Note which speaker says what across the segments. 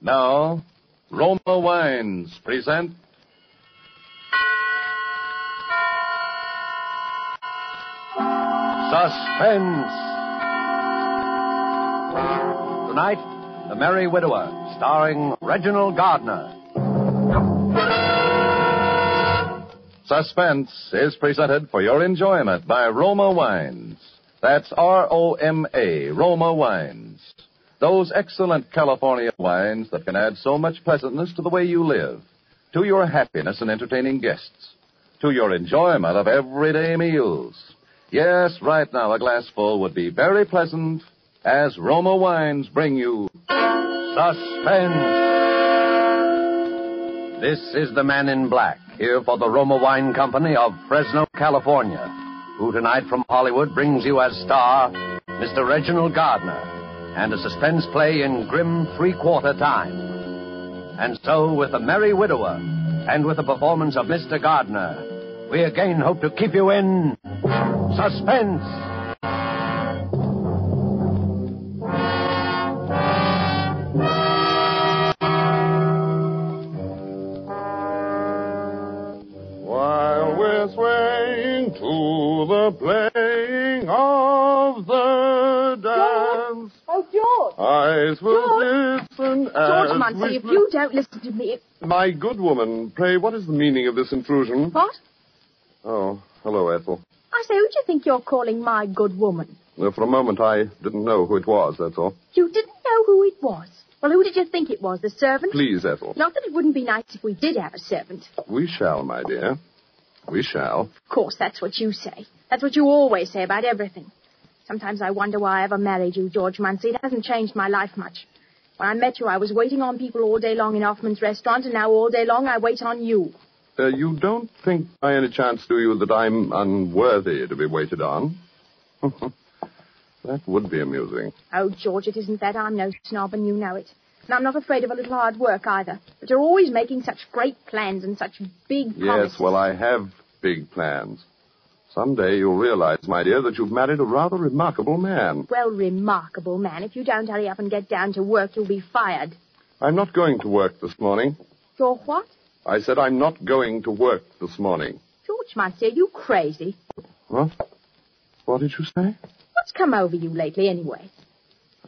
Speaker 1: Now, Roma Wines present. Suspense. Tonight, The Merry Widower, starring Reginald Gardner. Suspense is presented for your enjoyment by Roma Wines. That's R O M A, Roma Wines. Those excellent California wines that can add so much pleasantness to the way you live, to your happiness in entertaining guests, to your enjoyment of everyday meals. Yes, right now a glass full would be very pleasant as Roma Wines bring you Suspense. This is the man in black, here for the Roma Wine Company of Fresno, California, who tonight from Hollywood brings you as star Mr. Reginald Gardner and a suspense play in grim three quarter time. And so, with The Merry Widower and with the performance of Mr. Gardner, we again hope to keep you in suspense.
Speaker 2: While we're swaying to the playing of the dance,
Speaker 3: Oh, George!
Speaker 2: eyes will listen as
Speaker 3: George Munsey,
Speaker 2: Uh, we-
Speaker 3: if you don't listen to me,
Speaker 2: My good woman, pray, what is the meaning of this intrusion?
Speaker 3: what?
Speaker 2: Oh, hello, Ethel.
Speaker 3: I say, who do you think you're calling my good woman?
Speaker 2: Uh, for a moment, I didn't know who it was, that's all.
Speaker 3: You didn't know who it was. Well, who did you think it was? The servant?
Speaker 2: Please, Ethel.
Speaker 3: Not that it wouldn't be nice if we did have a servant. Of
Speaker 2: We shall, my dear. We shall.
Speaker 3: course, that's what you say. That's what you always say about everything. Sometimes I wonder why I ever married you, George Munsey. It hasn't changed my life much. When I met you, I was waiting on people all day long in Hoffman's restaurant, and now all day long I wait on you.
Speaker 2: Uh, you don't think, by any chance, do you, that I'm unworthy to be waited on? that would be amusing.
Speaker 3: Oh, George, it isn't that. I'm no snob, and you know it. And I'm not afraid of a little hard work either. But you're always making such great plans and such big promises.
Speaker 2: Yes, well, I have big plans. Someday you'll realize, my dear, that you've married a rather remarkable man.
Speaker 3: Well, remarkable man. If you don't hurry up and get down to work, you'll be fired.
Speaker 2: I'm not going to work this morning.
Speaker 3: You're what?
Speaker 2: I said I'm not going to work this morning.
Speaker 3: George Muncy, are you crazy?
Speaker 2: What? What did you say?
Speaker 3: What's come over you lately, anyway?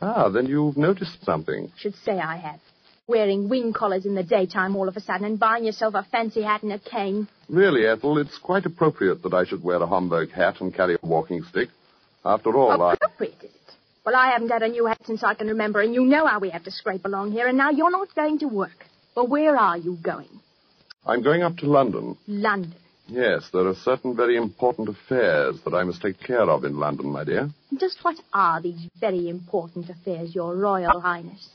Speaker 2: Ah, then you've noticed something.
Speaker 3: Should say I have. Wearing wing collars in the daytime all of a sudden and buying yourself a fancy hat and a cane.
Speaker 2: Really, Ethel, it's quite appropriate that I should wear a Homburg hat and carry a walking stick. After
Speaker 3: Oh,
Speaker 2: all, I.
Speaker 3: Appropriate, is it? Well, I haven't had a new hat since I can remember, and you know how we have to scrape along here, and now you're not going to work. Well, where are you going?
Speaker 2: I'm going up to London.
Speaker 3: London.
Speaker 2: Yes, there are certain very important affairs that I must take care of in London, my dear.
Speaker 3: Just what are these very important affairs, Your Royal Highness?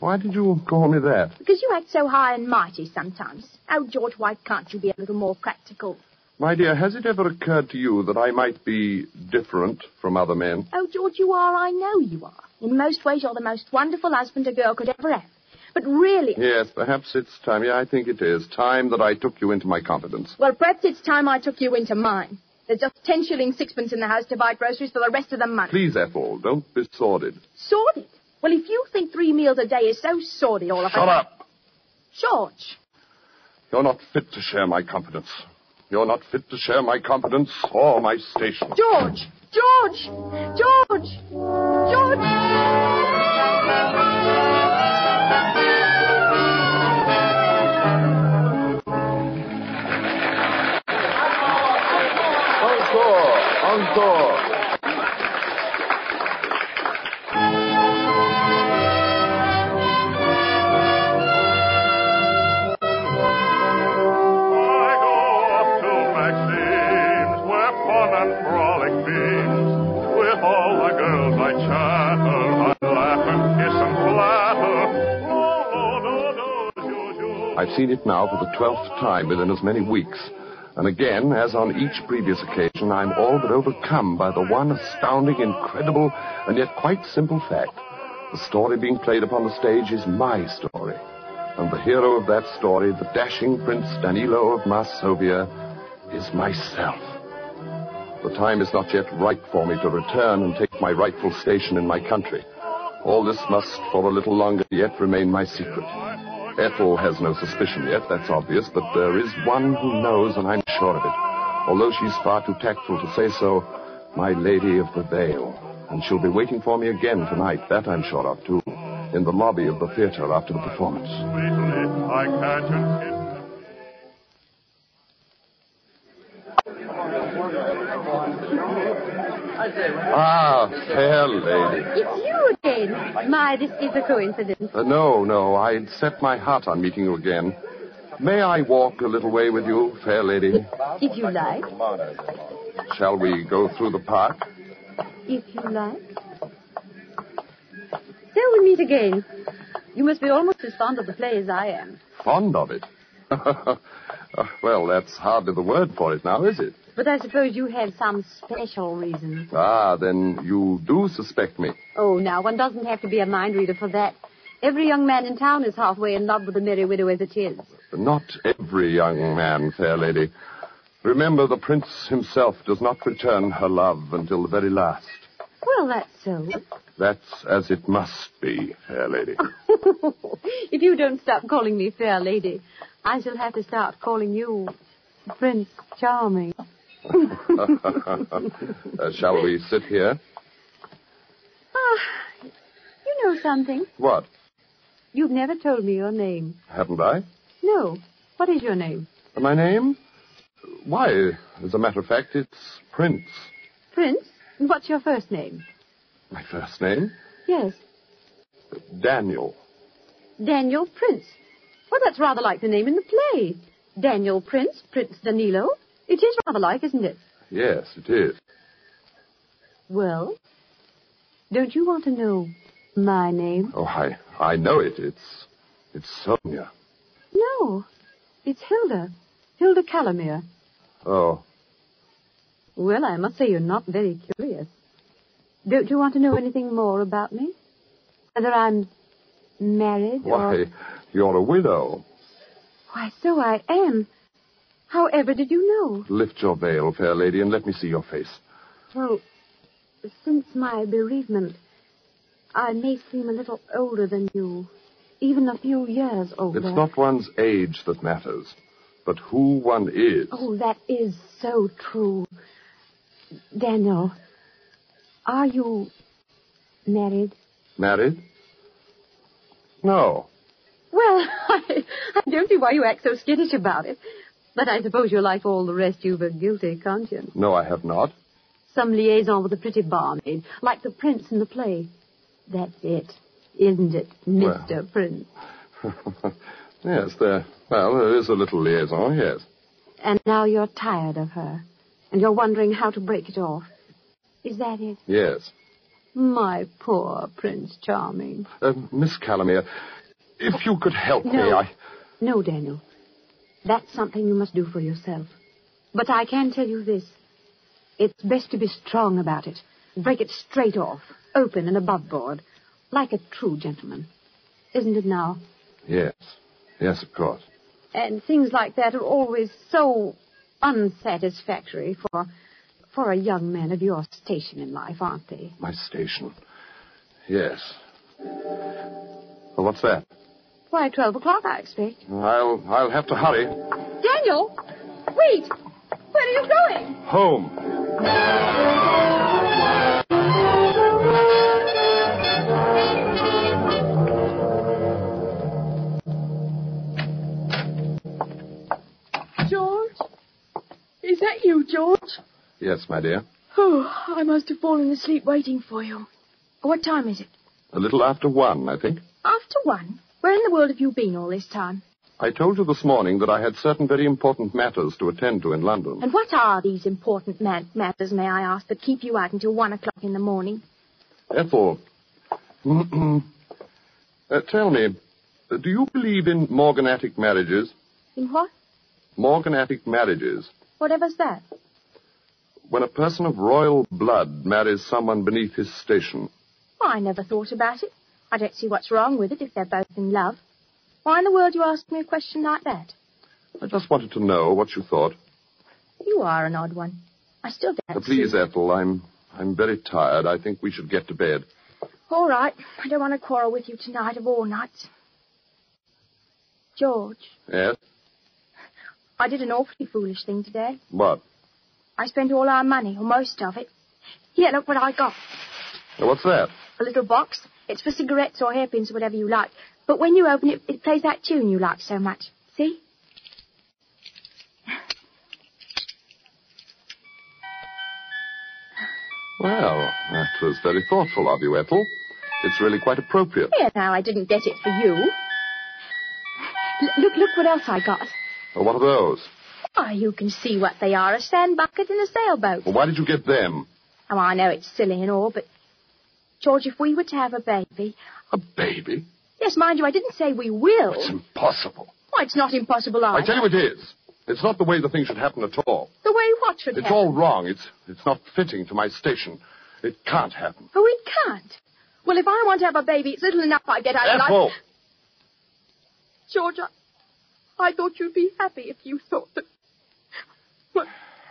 Speaker 2: Why did you call me that?
Speaker 3: Because you act so high and mighty sometimes. Oh, George, why can't you be a little more practical?
Speaker 2: My dear, has it ever occurred to you that I might be different from other men?
Speaker 3: Oh, George, you are, I know you are. In most ways, you're the most wonderful husband a girl could ever have. But really,
Speaker 2: Yes, perhaps it's time. Yeah, I think it is time that I took you into my confidence.
Speaker 3: well, perhaps it's time I took you into mine. There's just ten shillings sixpence in the house to buy groceries for the rest of the month.
Speaker 2: Please, Ethel, don't be sordid.
Speaker 3: Sordid? Well, if you think three meals a day is so sordid all of
Speaker 2: Shut
Speaker 3: a
Speaker 2: up!
Speaker 3: George,
Speaker 2: You're not fit to share my confidence. You're not fit to share my confidence or my station.
Speaker 3: George, George, George, George.
Speaker 2: Encore! Encore!
Speaker 4: I go up to Maxime's, where fun and frolic beams. With all the girls I chatter, I
Speaker 2: I've seen it now for the twelfth time within as many weeks. And again, as on each previous occasion, I'm all but overcome by the one astounding, incredible, and yet quite simple fact. The story being played upon the stage is my story. And the hero of that story, the dashing Prince Danilo of Marsovia, is myself. The time is not yet ripe for me to return and take my rightful station in my country. All this must, for a little longer yet, remain my secret. Ethel has no suspicion yet, that's obvious, but there is one who knows, and I'm sure of it. Although she's far too tactful to say so, my Lady of the Veil. And she'll be waiting for me again tonight, that I'm sure of, too, in the lobby of the theater after the performance.
Speaker 4: Sweetly, I catch and kiss.
Speaker 2: Ah, fair lady.
Speaker 5: It's you again. My, this is a coincidence.
Speaker 2: Uh, no, no, I'd set my heart on meeting you again. May I walk a little way with you, fair lady?
Speaker 5: If you like.
Speaker 2: Shall we go through the park?
Speaker 5: If you like. So we meet again. You must be almost as fond of the play as I am.
Speaker 2: Fond of it. Uh, well, that's hardly the word for it now, is it?
Speaker 5: But I suppose you have some special reason.
Speaker 2: Ah, then you do suspect me.
Speaker 5: Oh, now, one doesn't have to be a mind reader for that. Every young man in town is halfway in love with the merry widow as it is.
Speaker 2: Not every young man, fair lady. Remember, the prince himself does not return her love until the very last.
Speaker 5: Well, that's so.
Speaker 2: That's as it must be, fair lady. Uh,
Speaker 5: if you don't stop calling me fair lady, I shall have to start calling you Prince Charming.
Speaker 2: Uh, shall we sit here?
Speaker 5: You know something?
Speaker 2: What?
Speaker 5: You've never told me your name.
Speaker 2: Haven't I?
Speaker 5: No. What is your name?
Speaker 2: My name? Why, as a matter of fact, it's Prince.
Speaker 5: Prince? And What's your first name?
Speaker 2: My first name?
Speaker 5: Yes,
Speaker 2: Daniel.
Speaker 5: Daniel Prince. Well, that's rather like the name in the play. Daniel Prince, Prince Danilo. It is rather like, isn't it?
Speaker 2: Yes, it is.
Speaker 5: Well, don't you want to know my name?
Speaker 2: Oh, I, I know it. It's, it's Sonia.
Speaker 5: No. It's Hilda. Hilda Calamere.
Speaker 2: Oh,
Speaker 5: Well, I must say you're not very curious. Don't you want to know anything more about me? Whether I'm married
Speaker 2: why,
Speaker 5: or...
Speaker 2: you're a widow.
Speaker 5: Why, so I am. However did you know?
Speaker 2: Lift your veil, fair lady, and let me see your face.
Speaker 5: Well, since my bereavement, I may seem a little older than you, even a few years older.
Speaker 2: It's not one's age that matters, but who one is.
Speaker 5: Oh, that is so true. Daniel, are you married?
Speaker 2: Married? No.
Speaker 5: Well, I, I don't see why you act so skittish about it. But I suppose you're like all the rest. You've a guilty conscience.
Speaker 2: No, I have not.
Speaker 5: Some liaison with a pretty barmaid, like the prince in the play. That's it, isn't it, Mr. Prince?
Speaker 2: yes, there. Well, there is a little liaison, yes.
Speaker 5: And now you're tired of her. And you're wondering how to break it off. Is that it?
Speaker 2: Yes.
Speaker 5: My poor Prince Charming.
Speaker 2: Uh, Miss Calamere, if you could help me, I.
Speaker 5: No, Daniel. That's something you must do for yourself. But I can tell you this. It's best to be strong about it. Break it straight off, open and above board, like a true gentleman. Isn't it now?
Speaker 2: Yes. Yes, of course.
Speaker 5: And things like that are always so unsatisfactory for for a young man of your station in life, aren't they?
Speaker 2: My station. Yes. Well, what's that?
Speaker 5: Why, twelve o'clock, I expect.
Speaker 2: I'll I'll have to hurry.
Speaker 5: Daniel, wait! Where are you going?
Speaker 2: Home.
Speaker 3: George? Is that you, George?
Speaker 2: Yes, my dear.
Speaker 3: Oh, I must have fallen asleep waiting for you. What time is it?
Speaker 2: A little after one, I think.
Speaker 3: After one. Where in the world have you been all this time?
Speaker 2: I told you this morning that I had certain very important matters to attend to in London.
Speaker 3: And what are these important ma- matters, may I ask, that keep you out until one o'clock in the morning?
Speaker 2: Ethel. uh, tell me, Uh, Do you believe in morganatic marriages?
Speaker 3: In what?
Speaker 2: Morganatic marriages.
Speaker 3: Whatever's that?
Speaker 2: When a person of royal blood marries someone beneath his station.
Speaker 3: Well, I never thought about it. I don't see what's wrong with it if they're both in love. Why in the world you ask me a question like that?
Speaker 2: I just wanted to know what you thought.
Speaker 3: You are an odd one. I still
Speaker 2: Uh,
Speaker 3: don't.
Speaker 2: please,
Speaker 3: see.
Speaker 2: Ethel, I'm I'm very tired. I think we should get to bed.
Speaker 3: All right. I don't want to quarrel with you tonight of all nights. George,
Speaker 2: Yes?
Speaker 3: I did an awfully foolish thing today.
Speaker 2: What?
Speaker 3: I spent all our money, or most of it. Here, look what I got.
Speaker 2: Uh, What's that?
Speaker 3: A little box. It's for cigarettes or hairpins or whatever you like. But when you open it, it plays that tune you like so much. See?
Speaker 2: Well, that was very thoughtful of you, Ethel. It's really quite appropriate.
Speaker 3: Here now, I didn't get it for you.
Speaker 5: L- look, look what else I got.
Speaker 2: Uh, what are those?
Speaker 3: Why, Ah, you can see what they are, a sand bucket and a sailboat.
Speaker 2: Well, why did you get them?
Speaker 3: Oh, I know it's silly and all, but... George, if we were to have a baby...
Speaker 2: A baby?
Speaker 3: Yes, mind you, I didn't say we will.
Speaker 2: It's impossible.
Speaker 3: Why, it's not impossible, either.
Speaker 2: I tell you it is. It's not the way the thing should happen at all.
Speaker 3: The way what should
Speaker 2: It's
Speaker 3: happen?
Speaker 2: all wrong. It's it's not fitting to my station. It can't happen.
Speaker 3: Oh, it can't. Well, if I want to have a baby, it's little enough I get out of life.
Speaker 2: Ethel!
Speaker 3: George, I, I thought you'd be happy if you thought that...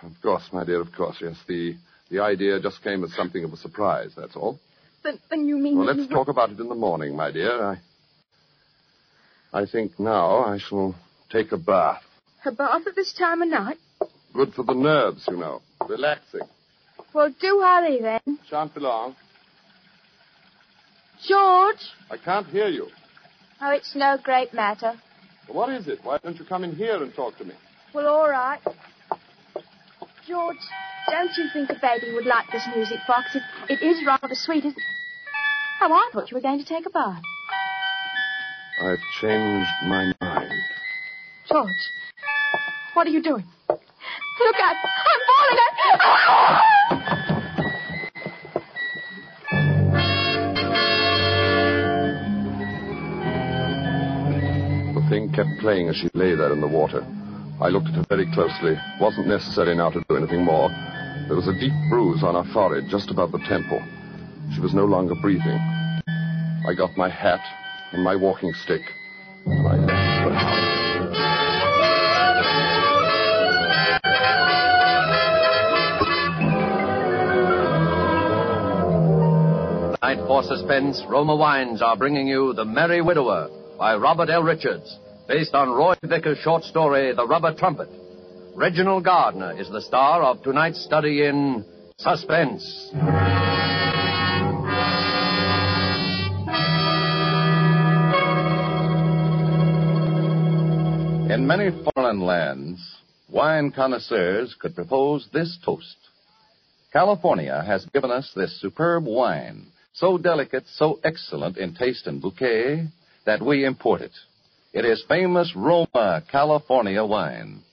Speaker 2: Of course, my dear, of course, yes. The the idea just came as something of a surprise, that's all.
Speaker 3: Then, then you mean...
Speaker 2: Well,
Speaker 3: that you
Speaker 2: let's talk about it in the morning, my dear. I I think now I shall take a bath.
Speaker 3: A bath at this time of night?
Speaker 2: Good for the nerves, you know. Relaxing.
Speaker 3: Well, do hurry, then.
Speaker 2: Shan't be long.
Speaker 3: George?
Speaker 2: I can't hear you.
Speaker 3: Oh, it's no great matter.
Speaker 2: What is it? Why don't you come in here and talk to me?
Speaker 3: Well, all right. George, don't you think a baby would like this music box? It, it is rather sweet, isn't it? Oh, I thought you were going to take a bath.
Speaker 2: I've changed my mind.
Speaker 3: George, what are you doing? Look out! I'm falling!
Speaker 2: The thing kept playing as she lay there in the water. I looked at her very closely. It wasn't necessary now to do anything more. There was a deep bruise on her forehead just above the temple. She was no longer breathing. I got my hat and my walking stick. and I left the house.
Speaker 6: Night for Suspense, Roma Wines are bringing you The Merry Widower by Robert L. Richards, based on Roy Vickers' short story, The Rubber Trumpet. Reginald Gardner is the star of tonight's study in Suspense.
Speaker 1: In many foreign lands, wine connoisseurs could propose this toast. California has given us this superb wine, so delicate, so excellent in taste and bouquet, that we import it. It is famous Roma California wine.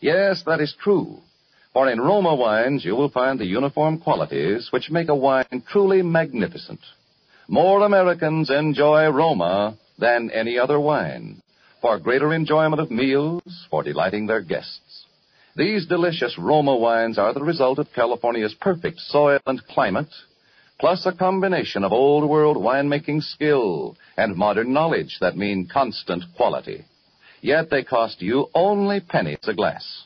Speaker 1: Yes, that is true. For in Roma wines you will find the uniform qualities which make a wine truly magnificent. More Americans enjoy Roma than any other wine for greater enjoyment of meals, for delighting their guests. These delicious Roma wines are the result of California's perfect soil and climate, plus a combination of old world winemaking skill and modern knowledge that mean constant quality. Yet they cost you only pennies a glass.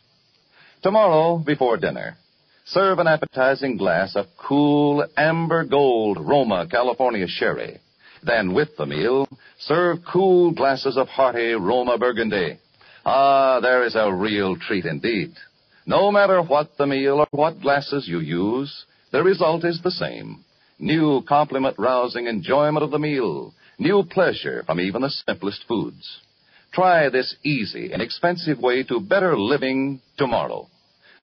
Speaker 1: Tomorrow, before dinner, serve an appetizing glass of cool amber gold Roma California sherry. Then, with the meal, serve cool glasses of hearty Roma Burgundy. Ah, there is a real treat indeed. No matter what the meal or what glasses you use, the result is the same. New compliment rousing enjoyment of the meal, new pleasure from even the simplest foods. Try this easy and expensive way to better living tomorrow.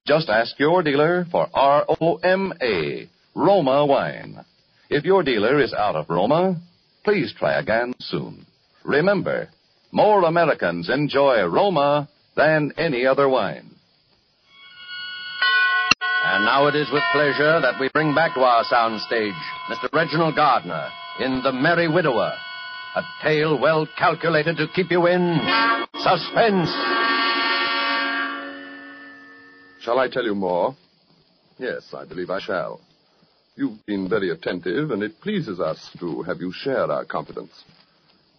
Speaker 1: Just ask your dealer for R-O-M-A, Roma wine. If your dealer is out of Roma, please try again soon. Remember, more Americans enjoy Roma than any other wine.
Speaker 6: And now it is with pleasure that we bring back to our soundstage Mr. Reginald Gardner in The Merry Widower. A tale well calculated to keep you in suspense.
Speaker 2: Shall I tell you more? Yes, I believe I shall. You've been very attentive, and it pleases us to have you share our confidence.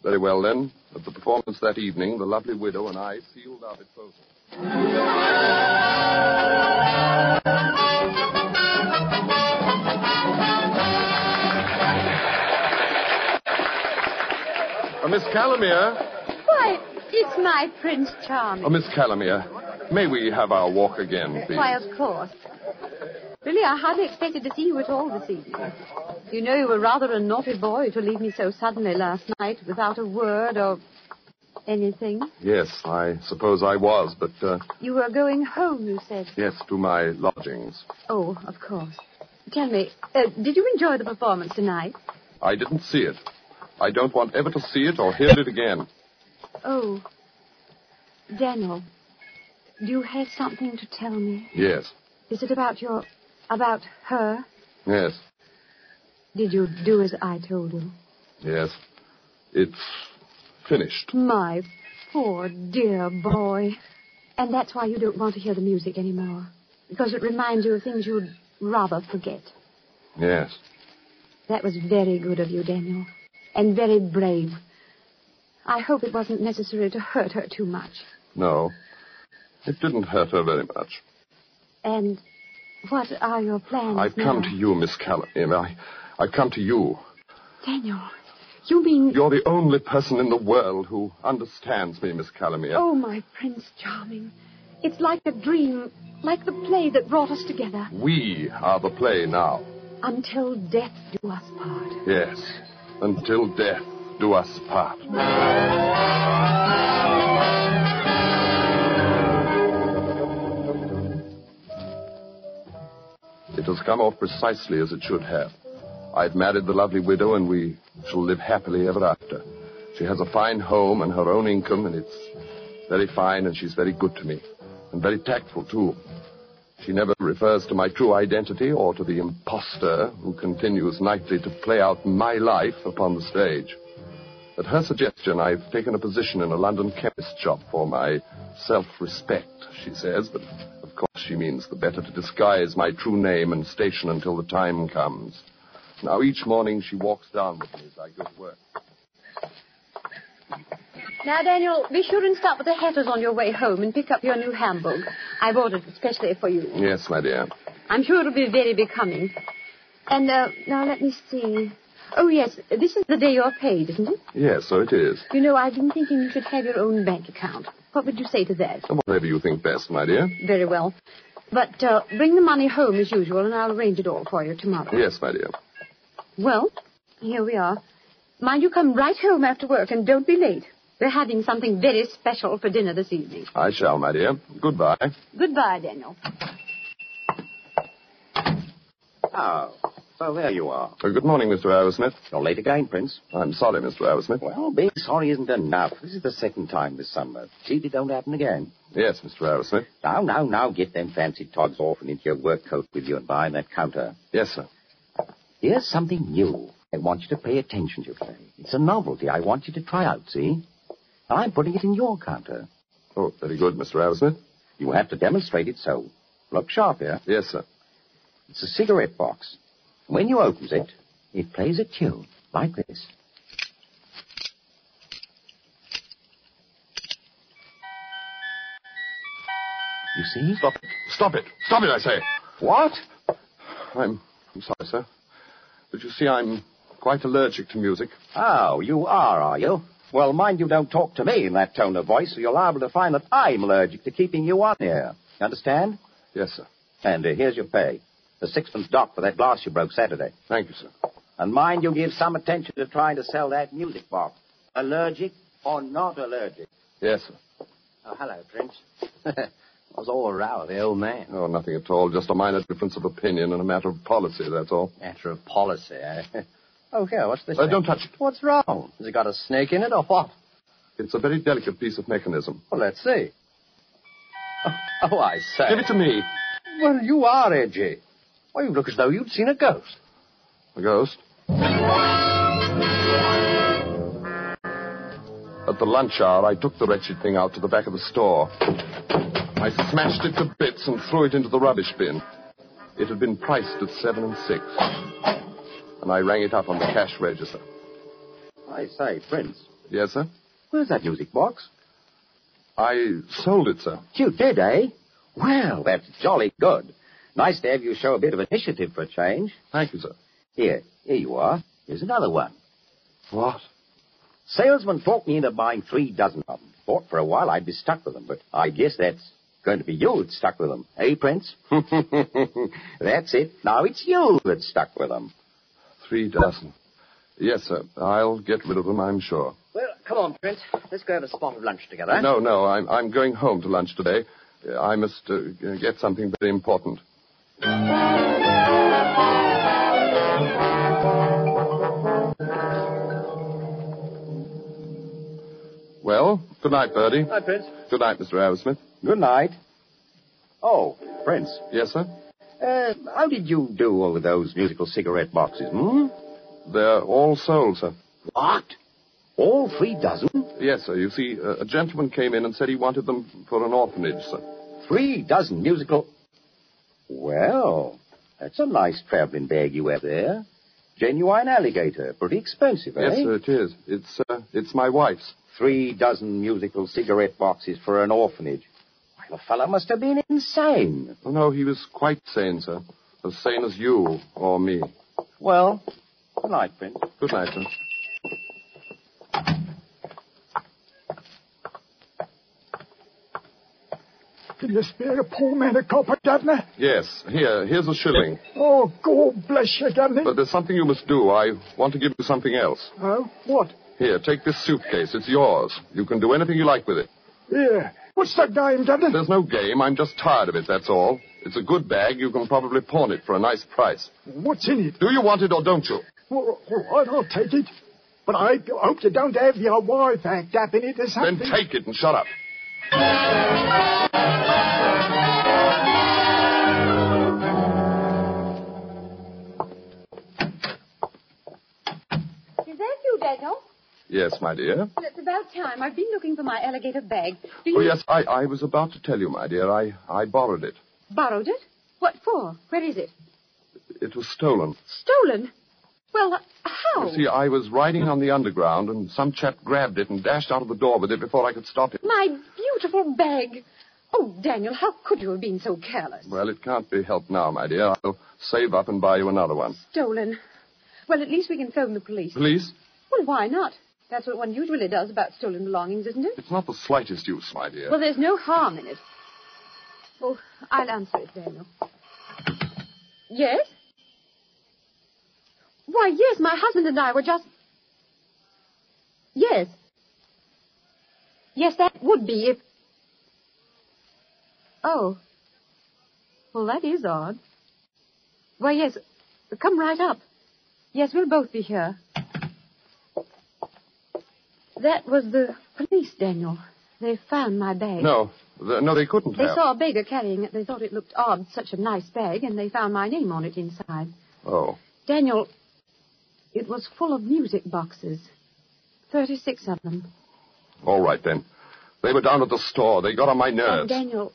Speaker 2: Very well, then. At the performance that evening, the lovely widow and I sealed our betrothal. Uh, Miss Calamere,
Speaker 5: Why, it's my Prince Charming.
Speaker 2: oh, Miss Calamere, may we have our walk again, please?
Speaker 5: Why, of course. Really, I hardly expected to see you at all this evening. You know, you were rather a naughty boy to leave me so suddenly last night without a word or anything.
Speaker 2: Yes, I suppose I was, but uh,
Speaker 5: You were going home, you said.
Speaker 2: yes, to my lodgings.
Speaker 5: Oh, of course. Tell me, uh, did you enjoy the performance tonight?
Speaker 2: I didn't see it. I don't want ever to see it or hear it again.
Speaker 5: Oh, Daniel, do you have something to tell me?
Speaker 2: Yes,
Speaker 5: Is it about your. about her?
Speaker 2: yes,
Speaker 5: Did you do as I told you?
Speaker 2: yes. It's finished.
Speaker 5: My poor dear boy. And that's why you don't want to hear the music anymore. Because it reminds you of things you'd rather forget.
Speaker 2: Yes.
Speaker 5: That was very good of you, Daniel. And very brave. I hope it wasn't necessary to hurt her too much.
Speaker 2: No. It didn't hurt her very much.
Speaker 5: And what are your plans?
Speaker 2: I've come
Speaker 5: now?
Speaker 2: to you, Miss Calamere. I, I've come to you.
Speaker 5: Daniel, you mean.
Speaker 2: You're the only person in the world who understands me, Miss Calamere.
Speaker 5: Oh, my Prince Charming. It's like a dream, like the play that brought us together.
Speaker 2: We are the play now.
Speaker 5: Until death do us part.
Speaker 2: Yes. Until death do us part. It has come off precisely as it should have. I've married the lovely widow, and we shall live happily ever after. She has a fine home and her own income, and it's very fine, and she's very good to me, and very tactful, too. She never refers to my true identity or to the impostor who continues nightly to play out my life upon the stage. At her suggestion, I've taken a position in a London chemist shop for my self respect, she says, but of course she means the better to disguise my true name and station until the time comes. Now, each morning she walks down with me as I go to work.
Speaker 5: Now, Daniel, be sure and stop at the hatter's on your way home and pick up your new Hamburg. I've ordered it especially for you.
Speaker 2: Yes, my dear.
Speaker 5: I'm sure it'll be very becoming. And uh, now let me see. Oh, yes, this is the day you're paid, isn't it?
Speaker 2: Yes, so it is.
Speaker 5: You know, I've been thinking you should have your own bank account. What would you say to that?
Speaker 2: Whatever you think best, my dear.
Speaker 5: Very well. But uh, bring the money home as usual, and I'll arrange it all for you tomorrow.
Speaker 2: Yes, my dear.
Speaker 5: Well, here we are. Mind you come right home after work, and don't be late. We're having something very special for dinner this evening.
Speaker 2: I shall, my dear. Goodbye.
Speaker 5: Goodbye, Daniel.
Speaker 7: Oh, well, there you are.
Speaker 2: Uh, good morning, Mr. Arrowsmith.
Speaker 7: You're late again, Prince.
Speaker 2: I'm sorry, Mr. Arrowsmith.
Speaker 7: Well, being sorry isn't enough. This is the second time this summer. See, it don't happen again.
Speaker 2: Yes, Mr. Arrowsmith.
Speaker 7: Now, now, now, get them fancy togs off and into your work coat with you and behind that counter.
Speaker 2: Yes, sir.
Speaker 7: Here's something new. I want you to pay attention to play. It's a novelty I want you to try out, see? I'm putting it in your counter.
Speaker 2: Oh, very good, Mr. Arrowsmith.
Speaker 7: You have to demonstrate it so. Look sharp here.
Speaker 2: Yes, sir.
Speaker 7: It's a cigarette box. When you opens it, it plays a tune like this. You see?
Speaker 2: Stop it. Stop it. Stop it, I say.
Speaker 7: What?
Speaker 2: I'm, I'm sorry, sir. But you see, I'm quite allergic to music.
Speaker 7: Oh, you are, are you? Well, mind you don't talk to me in that tone of voice, or you're liable to find that I'm allergic to keeping you on here. Understand?
Speaker 2: Yes, sir.
Speaker 7: And uh, here's your pay. The sixpence dock for that glass you broke Saturday.
Speaker 2: Thank you, sir.
Speaker 7: And mind you give some attention to trying to sell that music box. Allergic or not allergic?
Speaker 2: Yes, sir.
Speaker 7: Oh, hello, Prince. I was all row the old man.
Speaker 2: Oh, nothing at all. Just a minor difference of opinion and a matter of policy, that's all.
Speaker 7: Matter of policy, eh? Oh, here, what's this?
Speaker 2: Uh,
Speaker 7: thing?
Speaker 2: don't touch it.
Speaker 7: What's wrong? Has it got a snake in it or what?
Speaker 2: It's a very delicate piece of mechanism.
Speaker 7: Well, let's see. Oh, oh, I say.
Speaker 2: Give it to me.
Speaker 7: Well, you are edgy. Why, you look as though you'd seen a ghost.
Speaker 2: A ghost? At the lunch hour, I took the wretched thing out to the back of the store. I smashed it to bits and threw it into the rubbish bin. It had been priced at seven and six. And I rang it up on the cash register.
Speaker 7: I say, Prince,
Speaker 2: Yes, sir?
Speaker 7: where's that music box?
Speaker 2: I sold it, sir.
Speaker 7: You did, eh? Well, that's jolly good. Nice to have you show a bit of initiative for a change.
Speaker 2: Thank you, sir.
Speaker 7: Here, here you are. Here's another one.
Speaker 2: What?
Speaker 7: Salesman talked me into buying three dozen of them. Thought for a while I'd be stuck with them, but I guess that's going to be you that's stuck with them, eh, Prince? that's it. Now it's you that's stuck with them.
Speaker 2: Three dozen. Yes, sir. I'll get rid of them, I'm sure.
Speaker 7: Well, come on, Prince. Let's go have a spot of lunch together.
Speaker 2: No, no, I'm, I'm going home to lunch today. Uh, I must uh, get something very important. Well, good night, Bertie.
Speaker 7: Hi, Prince.
Speaker 2: Good night, Mr. Aerosmith.
Speaker 7: Good night. Oh, Prince,
Speaker 2: Yes, sir?
Speaker 7: uh, how did you do over those musical cigarette boxes, hmm?
Speaker 2: They're all sold, sir.
Speaker 7: What? All three dozen?
Speaker 2: Yes, sir. You see, uh, a gentleman came in and said he wanted them for an orphanage, sir.
Speaker 7: Three dozen musical. Well, that's a nice traveling bag you have there. Genuine alligator. Pretty expensive, eh?
Speaker 2: Yes, sir, it is. It's, uh, it's my wife's.
Speaker 7: Three dozen musical cigarette boxes for an orphanage. Why, the fellow must have been insane.
Speaker 2: Oh, no, he was quite sane, sir. As sane as you or me.
Speaker 7: Well, good night, Prince.
Speaker 2: Good night, sir.
Speaker 8: Can you spare a poor man a copper, Governor?
Speaker 2: Yes, here, here's a shilling.
Speaker 8: Oh, God bless you, Governor.
Speaker 2: But there's something you must do. I want to give you something else.
Speaker 8: Oh, what?
Speaker 2: Here, take this suitcase. It's yours. You can do anything you like with it.
Speaker 8: Here. What's that name, Governor?
Speaker 2: There's no game. I'm just tired of it, that's all. It's a good bag. You can probably pawn it for a nice price.
Speaker 8: What's in it?
Speaker 2: Do you want it or don't you?
Speaker 8: Well, all right, I'll take it. But I hope you don't have your wife act up in it or something.
Speaker 2: Then take it and shut up.
Speaker 5: Is that you, Daniel?
Speaker 2: Yes, my dear.
Speaker 5: Well, it's about time. I've been looking for my alligator bag. Do you
Speaker 2: Oh, yes, I, I was about to tell you, my dear. I, I borrowed it.
Speaker 5: borrowed it? What for? Where is it?
Speaker 2: It was stolen.
Speaker 5: Stolen. Well, uh, how?
Speaker 2: You see, I was riding on the underground, and some chap grabbed it and dashed out of the door with it before I could stop him.
Speaker 5: My beautiful bag. Oh, Daniel, how could you have been so careless?
Speaker 2: Well, it can't be helped now, my dear. I'll save up and buy you another one.
Speaker 5: Stolen. Well, at least we can phone the police.
Speaker 2: Please?
Speaker 5: Well, why not? That's what one usually does about stolen belongings, isn't it?
Speaker 2: It's not the slightest use, my dear.
Speaker 5: Well, there's no harm in it. Oh, I'll answer it, Daniel. Yes? Why, yes, my husband and I were just. Yes. Yes, that would be if. Oh. Well, that is odd. Why, yes. Come right up. Yes, we'll both be here. That was the police, Daniel. They found my bag.
Speaker 2: No, th- no, they couldn't
Speaker 5: They
Speaker 2: have.
Speaker 5: saw a beggar carrying it. They thought it looked odd, such a nice bag, and they found my name on it inside.
Speaker 2: Oh,
Speaker 5: Daniel, it was full of music boxes. Thirty-six of them.
Speaker 2: all right then. They were down at the store. They got on my
Speaker 5: And
Speaker 2: nerves.
Speaker 5: Daniel,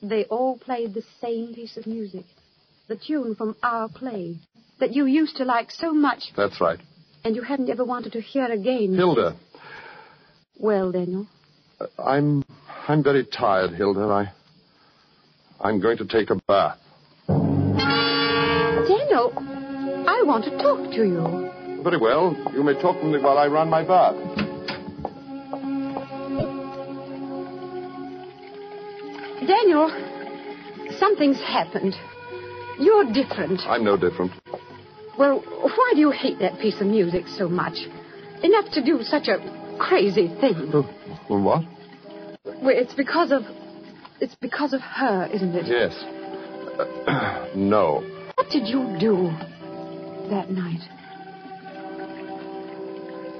Speaker 5: they all played the same piece of music. The tune from our play that you used to like so much
Speaker 2: That's right.
Speaker 5: and you hadn't ever wanted to hear again.
Speaker 2: Hilda,
Speaker 5: Well, Daniel,
Speaker 2: uh, I'm, I'm very tired, Hilda. I, I'm going to take a bath.
Speaker 5: Daniel, I want to talk to you.
Speaker 2: Very well. You may talk to me while I run my bath.
Speaker 5: Daniel, something's happened. You're different.
Speaker 2: I'm no different.
Speaker 5: Well, why do you hate that piece of music so much? Enough to do such a crazy thing.
Speaker 2: Oh, what?
Speaker 5: Well, it's because of. It's because of her, isn't it?
Speaker 2: Yes. no.
Speaker 5: What did you do that night?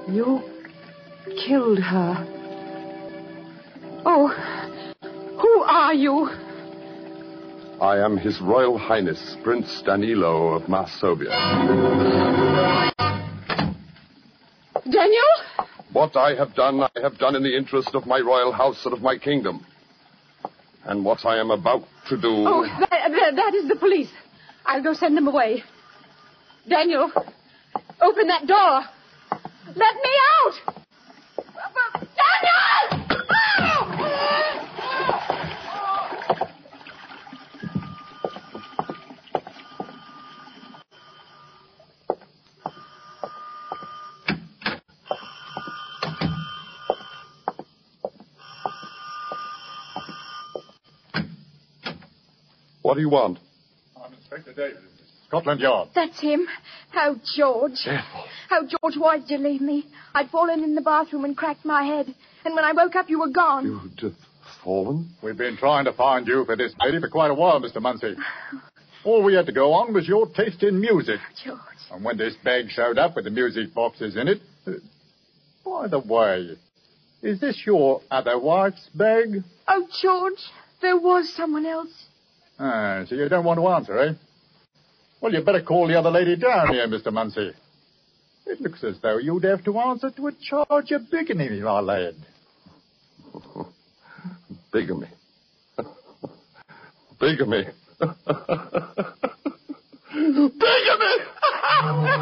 Speaker 5: You killed her. Oh, who are you?
Speaker 2: I am His Royal Highness Prince Danilo of Marsovia.
Speaker 5: Daniel?
Speaker 2: What I have done, I have done in the interest of my royal house and of my kingdom. And what I am about to do.
Speaker 5: Oh, that, that- that is the police. I'll go send them away. Daniel, open that door. Let me out! Daniel!
Speaker 2: What do you want?
Speaker 4: I'm Inspector Davis. Scotland Yard.
Speaker 3: That's him. Oh, George. Oh, George, why did you leave me? I'd fallen in the bathroom and cracked my head. And when I woke up, you were gone.
Speaker 2: You'd have fallen?
Speaker 4: We've been trying to find you for this lady for quite a while, Mr. Munsey. All we had to go on was your taste in music.
Speaker 3: George.
Speaker 4: And when this bag showed up with the music boxes in it. uh, by the way, is this your other wife's bag?
Speaker 3: Oh, George, there was someone else.
Speaker 4: Ah, so you don't want to answer, eh? Well, you better call the other lady down here, Mr. Munsey. It looks as though you'd have to answer to a charge of bigamy, my lad.
Speaker 2: Bigamy. Bigamy. Bigamy!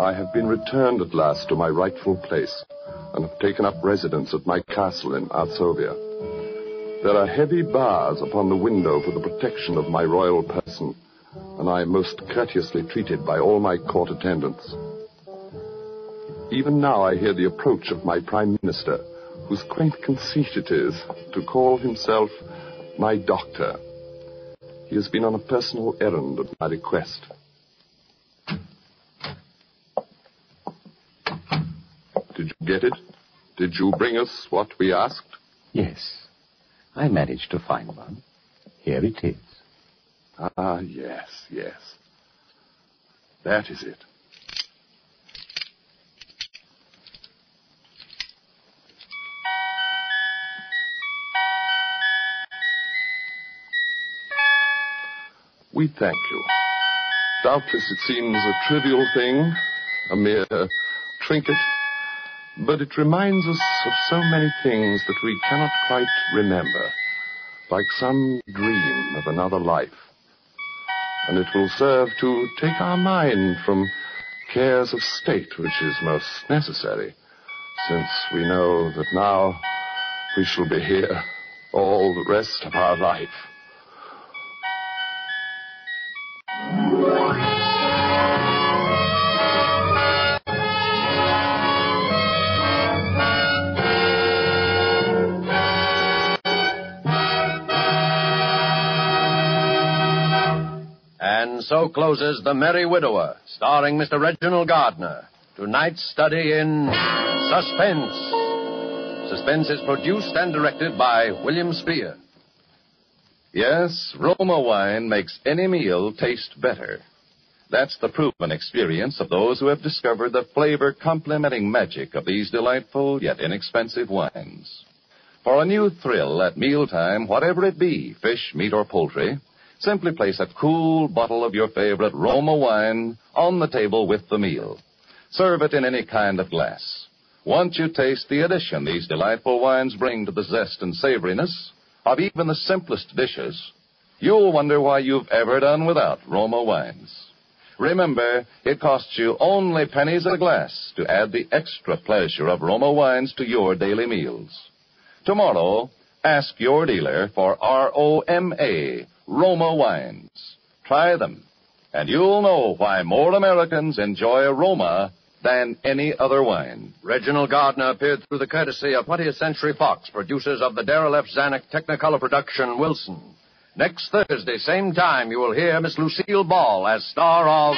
Speaker 2: I have been returned at last to my rightful place and have taken up residence at my castle in Arsovia. There are heavy bars upon the window for the protection of my royal person, and I am most courteously treated by all my court attendants. Even now I hear the approach of my Prime Minister, whose quaint conceit it is to call himself my doctor. He has been on a personal errand at my request. Did you get it? Did you bring us what we asked?
Speaker 7: Yes. I managed to find one. Here it is.
Speaker 2: Ah, yes, yes. That is it. We thank you. Doubtless it seems a trivial thing, a mere trinket, but it reminds us of so many things that we cannot quite remember, like some dream of another life. And it will serve to take our mind from cares of state, which is most necessary, since we know that now we shall be here all the rest of our life.
Speaker 6: And so closes The Merry Widower, starring Mr. Reginald Gardner. Tonight's study in Suspense. Suspense is produced and directed by William Spear.
Speaker 1: Yes, Roma wine makes any meal taste better. That's the proven experience of those who have discovered the flavor complementing magic of these delightful yet inexpensive wines. For a new thrill at mealtime, whatever it be, fish, meat, or poultry, simply place a cool bottle of your favorite Roma wine on the table with the meal. Serve it in any kind of glass. Once you taste the addition these delightful wines bring to the zest and savoriness of even the simplest dishes, you'll wonder why you've ever done without Roma wines. Remember, it costs you only pennies a glass to add the extra pleasure of Roma wines to your daily meals. Tomorrow, ask your dealer for R-O-M-A, Roma wines. Try them, and you'll know why more Americans enjoy Roma than any other wine.
Speaker 6: Reginald Gardner appeared through the courtesy of 20th Century Fox, producers of the Derelict Zanuck Technicolor production, Wilson. Next Thursday, same time, you will hear Miss Lucille Ball as star of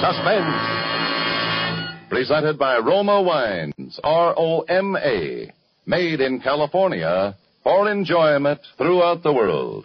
Speaker 6: Suspense.
Speaker 1: Presented by Roma Wines, R-O-M-A, made in California for enjoyment throughout the world.